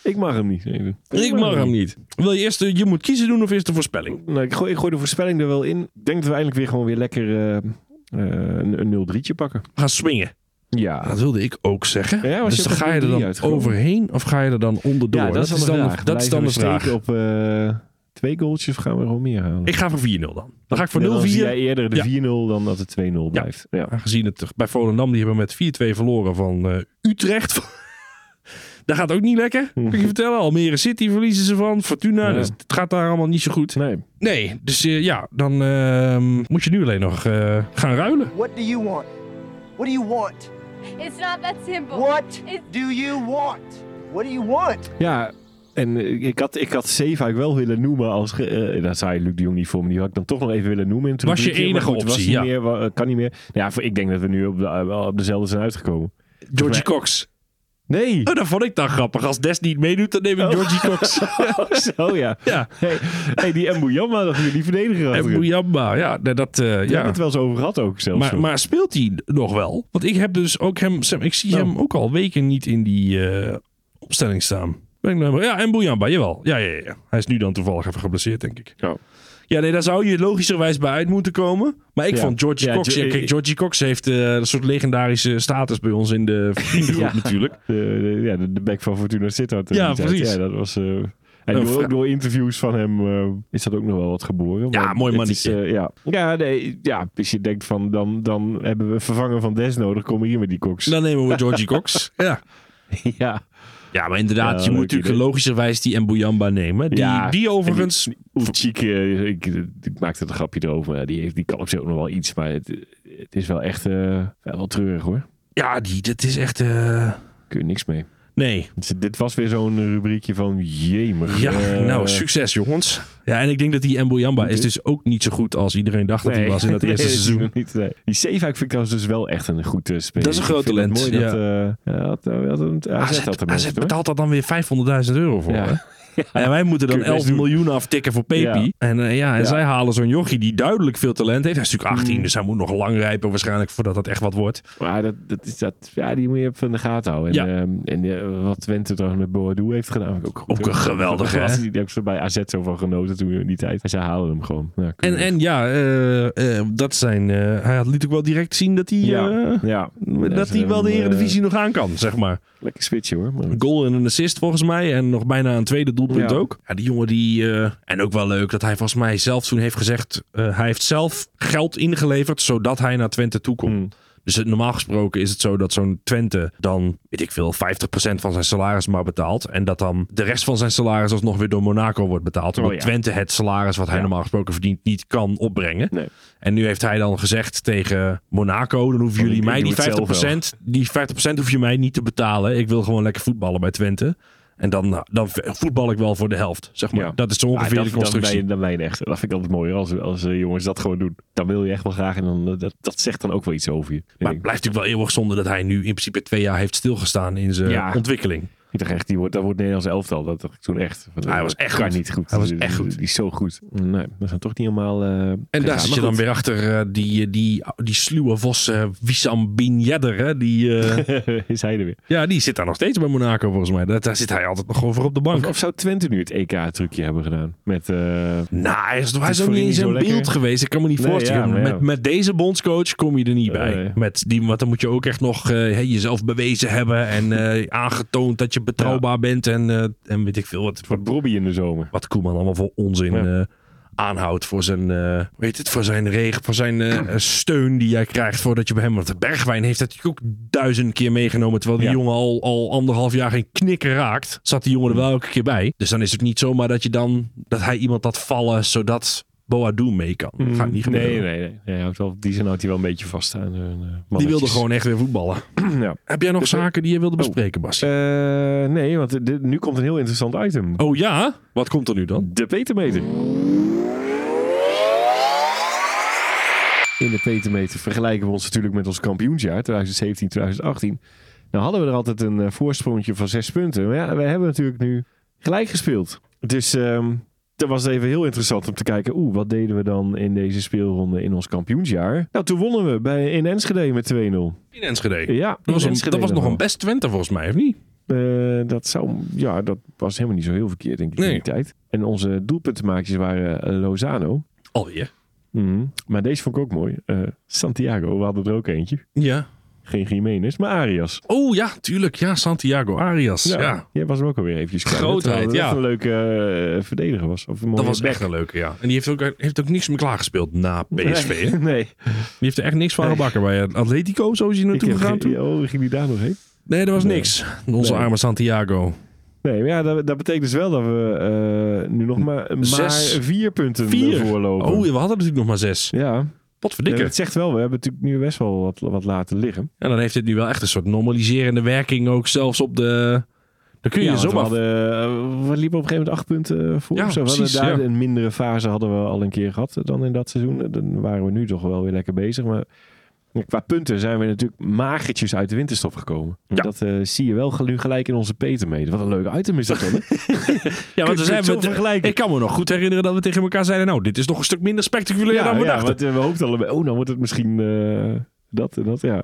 Dus
Ik mag hem niet. Nee, dat-
Ik mag hem niet. Wil je eerst de, je moet kiezen doen of eerst de voorspelling?
Nou, ik, gooi, ik gooi de voorspelling er wel in. Ik denk dat we eindelijk weer gewoon weer lekker eh, eh, een, een 0-3'tje pakken.
Gaan swingen.
Ja.
Dat wilde ik ook zeggen.
Ja, was
dus
je
dan
op
ga je er
drie
dan
uitgekomen?
overheen of ga je er dan onderdoor?
Ja, dat, is dan de vraag.
dat is dan de
Blijven we
vraag.
steken op eh, twee goaltjes of gaan we er gewoon meer halen?
Ik ga voor 4-0 dan. Dan ga ik voor
Nee, dan
0-4.
zie jij eerder de
Ja.
4-0 dan dat het 2-0 blijft. Ja.
Aangezien het bij Volendam, die hebben met 4-2 verloren van eh, Utrecht. dat gaat ook niet lekker. Kun je vertellen, Almere City verliezen ze van, Fortuna.
Ja.
Dus het gaat daar allemaal niet zo goed.
Nee.
Nee, dus eh, ja, dan ehm, moet je nu alleen nog eh, gaan ruilen.
What do you want? What do you want?
It's not that simple.
What
It's
do you want? What do you want?
Ja, en eh, ik had, ik had Save eigenlijk wel willen noemen als... ge- eh daar zei Luc de Jong niet voor, maar die had ik dan toch nog even willen noemen. in het
Was je
rubriekje. Maar
enige
goed, was
optie,
niet
ja.
meer, wa- eh, kan niet meer. Nou ja, voor- ik denk dat we nu op, de, eh, wel op dezelfde zijn uitgekomen.
Georgie Cox.
Nee!
Oh, dat vond ik dan grappig. Als Des niet meedoet, dan neem ik Georgie Cox.
Zo ja.
ja,
Hey, hey, die Mbuyama, dat jullie verdediger
en
achterin.
Bouyamba. Ja, nee, dat... eh,
We
ja.
hebben het wel eens over gehad ook zelfs.
Maar,
nog.
maar speelt hij nog wel? Want ik heb dus ook hem. Sam, ik zie
Nou.
hem ook al weken niet in die eh, opstelling staan. Ben ik nou helemaal- ja, en Boujamba, jawel. Ja, ja, ja. Hij is nu dan toevallig even geblesseerd, denk ik.
Ja.
Ja, nee, daar zou je logischerwijs bij uit moeten komen. Maar ik
Ja.
vond Georgie
Ja,
Cox...
Jo-
ja, kijk, Georgie Cox heeft eh, een soort legendarische status bij ons in de vriendengroep
Ja.
natuurlijk.
De, de, ja, de, de back van Fortuna Sittard. eh,
Ja,
die tijd.
precies.
Ja, dat was... eh, en
Een
door,
fra-
ook door interviews van hem eh, is dat ook nog wel wat geboren.
Ja,
Maar
mooi
het is,
mannetje.
eh, ja, ja, nee, ja, dus je denkt van dan, dan hebben we een vervanger van Des nodig. Kom hier met die koks.
Dan nemen we Georgie Cox. Ja.
ja.
ja, maar inderdaad,
Ja,
je moet
leuk
natuurlijk
idee.
logischerwijs die Boujamba nemen. Die,
Ja.
die overigens...
Oetjik, eh, ik, ik maakte er een grapje erover. maar Die, heeft, die kan op zich ook nog wel iets. Maar het, het is wel echt eh, wel treurig hoor.
ja, die, dat is echt... eh,
Kun je niks mee.
nee,
Dus dit was weer zo'n rubriekje van jemig.
Ja,
Eh,
nou, succes jongens. Ja, en ik denk dat die Mbouyamba is dus ook niet zo goed als iedereen dacht dat hij was in dat
Nee,
eerste
is
seizoen.
nog niet, nee. Die Zeefuik vind ik trouwens dus wel echt een goed eh, speler.
Dat is een
Ik
groot
vind het
talent,
Mooi dat, eh, ja, had, eh, had een, AZ,
AZ,
had er
AZ
mensen, hoor.
betaalt dat dan weer 500.000 euro voor.
Ja.
hè? En wij moeten dan
Kun je best
11 miljoen aftikken voor Pepi.
Ja.
En, eh, ja, en
Ja. Hmm.
zij halen zo'n jochie die duidelijk veel talent heeft. Hij is natuurlijk 18, dus hij moet nog lang rijpen waarschijnlijk voordat dat echt wat wordt.
Maar dat, dat is dat, ja, die moet je even in de gaten houden. En, ehm, en eh, wat Twente trouwens met Boadu heeft gedaan, vind ik ook goed.
Ook een geweldige,
Dat was-
hè?
Die daar heb ik zo bij AZ zo van genoten toen in die tijd. En ze halen hem gewoon. Ja,
En,
keurig.
en ja, eh, eh, dat zijn, eh, hij had- liet ook wel direct zien dat hij, eh,
ja, ja. Ja,
dat
ze
hij wel de
hebben, eh,
Eredivisie nog aan kan, zeg maar.
Lekker switchen hoor. Maar
Een goal en een assist volgens mij. En nog bijna een tweede doelpunt
Ja.
ook. Ja, die jongen die... eh, en ook wel leuk dat hij volgens mij zelf toen heeft gezegd... eh, hij heeft zelf geld ingeleverd zodat hij naar Twente toe komt.
Hmm.
Dus het- normaal gesproken is het zo dat zo'n Twente dan, weet ik veel, 50% van zijn salaris maar betaalt. En dat dan de rest van zijn salaris alsnog weer door Monaco wordt betaald. Omdat
Oh, ja.
Twente het salaris wat hij
Ja.
normaal gesproken verdient niet kan opbrengen.
Nee.
En nu heeft hij dan gezegd tegen Monaco, dan hoeven
Van,
jullie
ik
mij
doe
die 50%,
het zelf
die 50% hoef je mij niet te betalen. Ik wil gewoon lekker voetballen bij Twente. En dan, nou, dan voetbal ik wel voor de helft, zeg maar.
Ja.
Dat is zo ongeveer
Ah,
de
dat, dan ben
constructie.
je, dan ben je echt. Dat vind ik altijd mooier als, als eh, jongens dat gewoon doen. Dan wil je echt wel graag en dan, eh, dat, dat zegt dan ook wel iets over je.
maar
ik,
het blijft natuurlijk wel eeuwig zonde dat hij nu in principe twee jaar heeft stilgestaan in zijn
Ja.
ontwikkeling.
ik dacht echt, die wordt, dat wordt Nederlands elftal. Dat dacht ik toen echt. Want,
Hij
eh,
was echt
kan
goed.
niet goed.
Hij was
Die-
echt
die-
goed.
Die is zo goed. Nee, we zijn toch niet helemaal... eh,
En daar zit je dan weer achter eh, die, eh, die, die sluwe vos eh, Wissam Bin Yedder. Hè? Die, eh,
weer... is hij er weer.
ja, die zit daar nog steeds bij Monaco volgens mij. Dat, daar zit hij altijd nog over op de bank.
Of, of zou Twente nu het EK-trucje hebben gedaan? Met... eh,
nou, hij is, hij is
is
ook
voor
niet eens
hem niet
in
zo
beeld
lekker.
geweest. Ik kan me niet
Nee,
voorstellen.
ja, maar ja.
Met, met deze bondscoach kom je er niet bij.
Nee.
Met die, want dan moet je ook echt nog eh, hè, jezelf bewezen hebben. En eh, aangetoond dat je betrouwbaar bent. En, eh, en weet ik veel wat,
wat Robbie in de zomer.
wat Koeman allemaal voor onzin
Ja.
eh, aanhoudt voor zijn, eh weet het, voor zijn regen, voor zijn eh, eh, steun die jij krijgt voordat je bij hem. Want de Bergwijn heeft dat natuurlijk ook duizend keer meegenomen, terwijl die
Ja.
jongen al, al anderhalf jaar geen knikker raakt, zat die jongen er wel elke keer bij. Dus dan is het niet zomaar dat je dan dat hij iemand laat vallen zodat Boadu mee kan. Dat gaat niet gebeuren.
Mm, Nee, nee, nee. nee hij houdt wel, die zijn houdt hij wel een beetje vast aan hun, eh,
Die
mannetjes.
wilde gewoon echt weer voetballen.
Ja.
Heb jij nog
Dus, eh,
zaken die je wilde bespreken, Bas?
Eh, nee, want dit- nu komt een heel interessant item.
oh ja? Wat komt er nu dan?
De Petermeter. In de Petermeter vergelijken we ons natuurlijk met ons kampioensjaar 2017, 2018. Nou hadden we er altijd een eh, voorsprongetje van zes punten. Maar ja, we hebben natuurlijk nu gelijk gespeeld. Dus ehm, dat was even heel interessant om te kijken. Oeh, wat deden we dan in deze speelronde in ons kampioensjaar? Nou, toen wonnen we bij, in Enschede met 2-0.
In Enschede.
Ja, in
Dat was, een,
Enschede
dat was nog
dan.
een best Twente volgens mij, of niet?
Eh, dat zou, ja, dat was helemaal niet zo heel verkeerd, denk ik, in
Nee.
die tijd. En onze doelpuntenmaakjes waren eh, Lozano.
Alweer.
Mhm. Maar deze vond ik ook mooi. Eh, Santiago, we hadden er ook eentje.
Ja.
Geen Jiménez, maar Arias.
Oh ja, tuurlijk. Ja, Santiago Arias. Ja.
Jij was hem ook alweer eventjes kwijt.
Grootheid,
Terwijl dat
ja.
echt een leuke eh, verdediger was. Of een
Dat
mooie
was
back.
echt een leuke, ja. En die heeft ook, heeft ook niks meer klaargespeeld na PSV. hè? Die
Nee. nee.
heeft er echt niks van gebakken bij eh, Atletico, zo is hij naartoe
Ik heb
gegaan
geen-
toen.
Oh, ging die daar nog heen?
Nee, dat was
Nee.
niks. Onze
Nee.
arme Santiago.
Nee, maar ja, dat, dat betekent dus wel dat we eh, nu nog maar,
Zes.
maar vier punten
Vier.
voorlopen.
Oh, we hadden natuurlijk nog maar zes.
ja.
Potverdikke.
Ja, dat zegt wel, we hebben natuurlijk nu best wel wat, wat laten liggen.
En dan heeft dit nu wel echt een soort normaliserende werking ook zelfs op de... Dan kun je
Ja, want we,
zomaar...
hadden, eh, we liepen op een gegeven moment acht punten eh, voor.
Ja,
of zo. We hadden
precies,
daar
ja.
een mindere fase hadden we al een keer gehad eh, dan in dat seizoen. Eh, Dan waren we nu toch wel weer lekker bezig. Maar ja, qua punten zijn we natuurlijk magertjes uit de winterstop gekomen. Dat eh, zie je wel gel- nu gelijk in onze petermeter. Wat een leuk item is dat dan. hè?
Ja, want
kunt
we
het
zijn
zo
met-
vergelijken.
Ik kan me nog goed herinneren dat we tegen elkaar zeiden... Nou, dit is nog een stuk minder spectaculair dan we dachten.
want, eh, we hoopten allebei, oh, dan wordt het misschien eh, dat en dat, ja.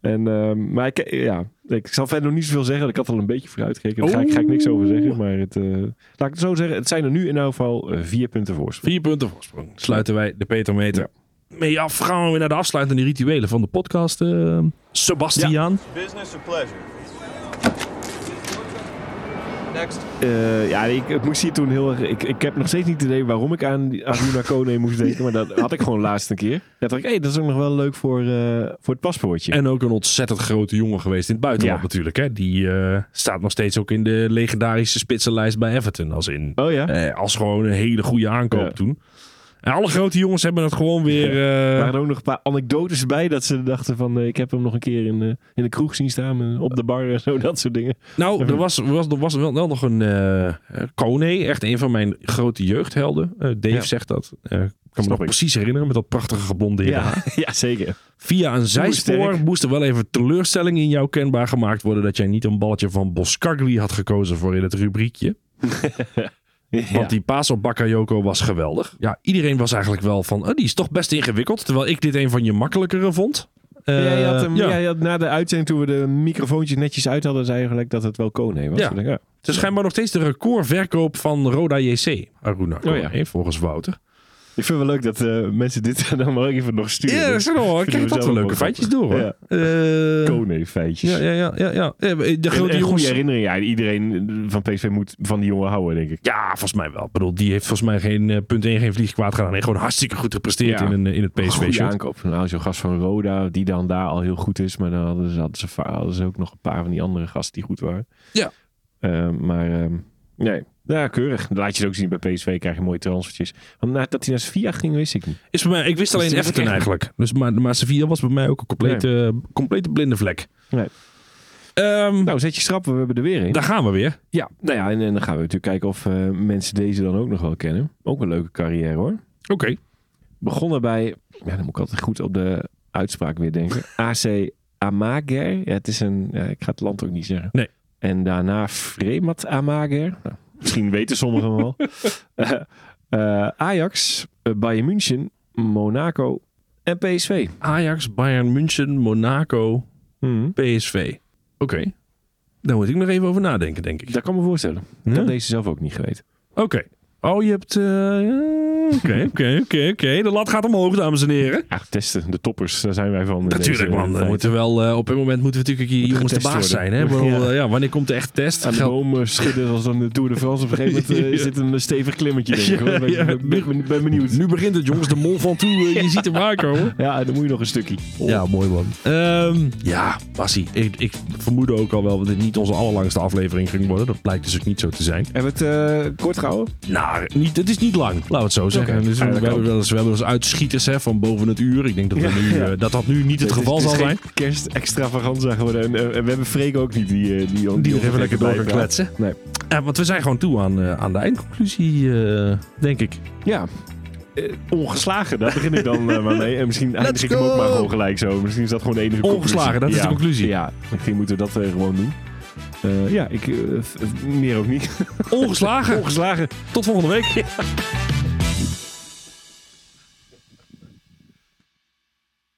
En, eh, maar ik, ja, ik zal verder nog niet zoveel zeggen. want Ik had al een beetje vooruitgekeken. Daar ga, ik- ga ik niks over zeggen. Maar het, eh, laat ik het zo zeggen. Het zijn er nu in elk geval eh, vier punten voor.
Vier punten voorsprong. Sluiten wij de Petermeter mee af. Gaan we weer naar de afsluitende rituelen van de podcast. eh, Sebastiaan.
Business or pleasure? Next.
Eh, ja, ik, ik moest hier toen heel erg... Ik, ik heb nog steeds niet het idee waarom ik aan die- Aruna Kone moest denken. Maar dat had ik gewoon laatst een keer. Dat dacht ik, hey, dat is ook nog wel leuk voor, eh, voor het paspoortje.
En ook een ontzettend grote jongen geweest in het buitenland
Ja.
natuurlijk. Hè? Die eh, staat nog steeds ook in de legendarische spitsenlijst bij Everton. Als, in,
oh ja?
eh, als gewoon een hele goede aankoop
Ja.
toen. En alle grote jongens hebben het gewoon weer... eh,
Er waren ook nog een paar anekdotes bij dat ze dachten van eh, ik heb hem nog een keer in, eh, in de kroeg zien staan, eh, op de bar en zo, dat soort dingen.
Nou, er was, er was, er was wel, wel nog een eh eh, Kone, echt een van mijn grote jeugdhelden. Eh, Dave
Ja.
zegt dat. Eh, ik kan me
Snap
nog
ik.
precies herinneren met dat prachtige geblondeerde haar.
ja zeker.
Via een zijspoor
sterk.
moest er wel even teleurstelling in jou kenbaar gemaakt worden dat jij niet een balletje van Boskagli had gekozen voor in het rubriekje. Want die paas op Bakayoko was geweldig. Ja, iedereen was eigenlijk wel van, oh, die is toch best ingewikkeld. Terwijl ik dit een van je makkelijkere vond. Eh,
ja, je had hem,
ja.
ja. je had na de uitzending toen we de microfoontjes netjes uit hadden, zei je gelijk dat het wel Kone was.
Ja.
Ik dacht, ja.
Het is schijnbaar nog steeds de recordverkoop van Roda JC, Aruna.
Oh ja.
Hè, volgens Wouter.
Ik vind het wel leuk dat eh, mensen dit dan maar even nog sturen.
Ja, dat is wel hoor.
Vinden
Kijk,
we
dat
zelf
zijn leuke
wel
feitjes
grappig.
door hoor.
Ja.
Eh,
Kone-feitjes.
ja, ja, ja, ja, ja. Eh, De
En,
grote
en goede
jongens.
herinnering. Ja, iedereen van PSV moet van die jongen houden, denk ik.
Ja, volgens mij wel. Ik bedoel, die heeft volgens mij geen eh, punt 1, geen vlieg kwaad gedaan. Nee, gewoon hartstikke goed gepresteerd
Ja.
in, een, eh, in het
Goede
PSV-shirt.
aankoop. Nou, zo'n gast van Roda, die dan daar al heel goed is. Maar dan hadden ze, hadden ze, va- hadden ze ook nog een paar van die andere gasten die goed waren.
Ja.
Eh, maar ehm, nee, ja, keurig. Dan laat je het ook zien bij PSV, krijg je mooie transfertjes. Want na, dat hij naar Sevilla ging, wist ik niet.
Is bij mij, ik wist alleen
Dus die is
Everton
echt-
eigenlijk. Dus, maar, maar Sevilla was bij mij ook een complete, eh, complete blinde vlek.
Nee.
Ehm,
Nou, zet je schrap, we hebben er weer in.
daar gaan we weer.
Ja, nou ja, en, en dan gaan we natuurlijk kijken of eh, mensen deze dan ook nog wel kennen. Ook een leuke carrière hoor.
Oké.
Begonnen bij, ja, dan moet ik altijd goed op de uitspraak weer denken. AC Amager. Ja, het is een, ja, ik ga het land ook niet zeggen.
Nee.
En daarna Fremat Amager. Nou, misschien weten sommigen wel. Eh, eh, Ajax, eh, Bayern München, Monaco en PSV.
Ajax, Bayern München, Monaco, Mhm. PSV. Oké. Daar moet ik nog even over nadenken, denk ik.
Dat kan me voorstellen. Ik
Ja.
had deze zelf ook niet geweten.
Oké. Oh, je hebt... eh, ja, Oké, oké, oké, oké. De lat gaat omhoog, dames en heren.
Ja, testen, de toppers, daar zijn wij van. in
Natuurlijk,
deze
man. We
tijd.
moeten wel, eh, op een moment moeten we natuurlijk die
Moet
jongens de
getest
baas
worden.
zijn. Hè? Ik bedoel,
Ja.
eh, ja, wanneer komt de echte test?
aan de
Geld-
boom eh, schudden als dan de Tour de France. Op een gegeven moment eh,
Ja.
is dit een stevig klimmetje, denk ik. Hoor. Ben,
Ja, ja.
ben, ben- ben benieuwd.
Nu begint het, jongens. De mol van toe. eh, Je ziet hem aankomen.
Ja, dan moet je nog een stukje.
Ja, mooi man. Ehm, ja, Bassie. Ik, ik vermoedde ook al wel dat dit niet onze allerlangste aflevering ging worden. Dat blijkt dus ook niet zo te zijn.
Hebben we het eh, kort gehouden?
Nou, niet, het is niet lang, laten we het zo zeggen.
Oké,
Dus we,
eigenlijk
hebben
ook.
wel eens, we hebben wel eens uitschieters hè, van boven het uur. Ik denk dat dat,
Ja,
nu,
ja.
eh, dat, dat nu niet het geval zal zijn.
kerst extravaganza geworden. En, eh, en we hebben Freek ook niet. Die, eh, die,
Die er even lekker door kan kletsen.
Nee.
Eh, want we zijn gewoon toe aan, eh, aan de eindconclusie, eh, denk ik.
Ja. Eh, ongeslagen, daar begin ik dan eh, maar mee. En misschien eindig ik hem
go!
ook maar gewoon gelijk zo. Misschien is dat gewoon de enige
Ongeslagen, dat is
conclusie.
de
Ja.
conclusie.
Ja, misschien moeten we dat eh, gewoon doen. Eh, ja, ik, eh, f- f- meer ook niet.
Ongeslagen.
Ongeslagen.
Tot volgende week.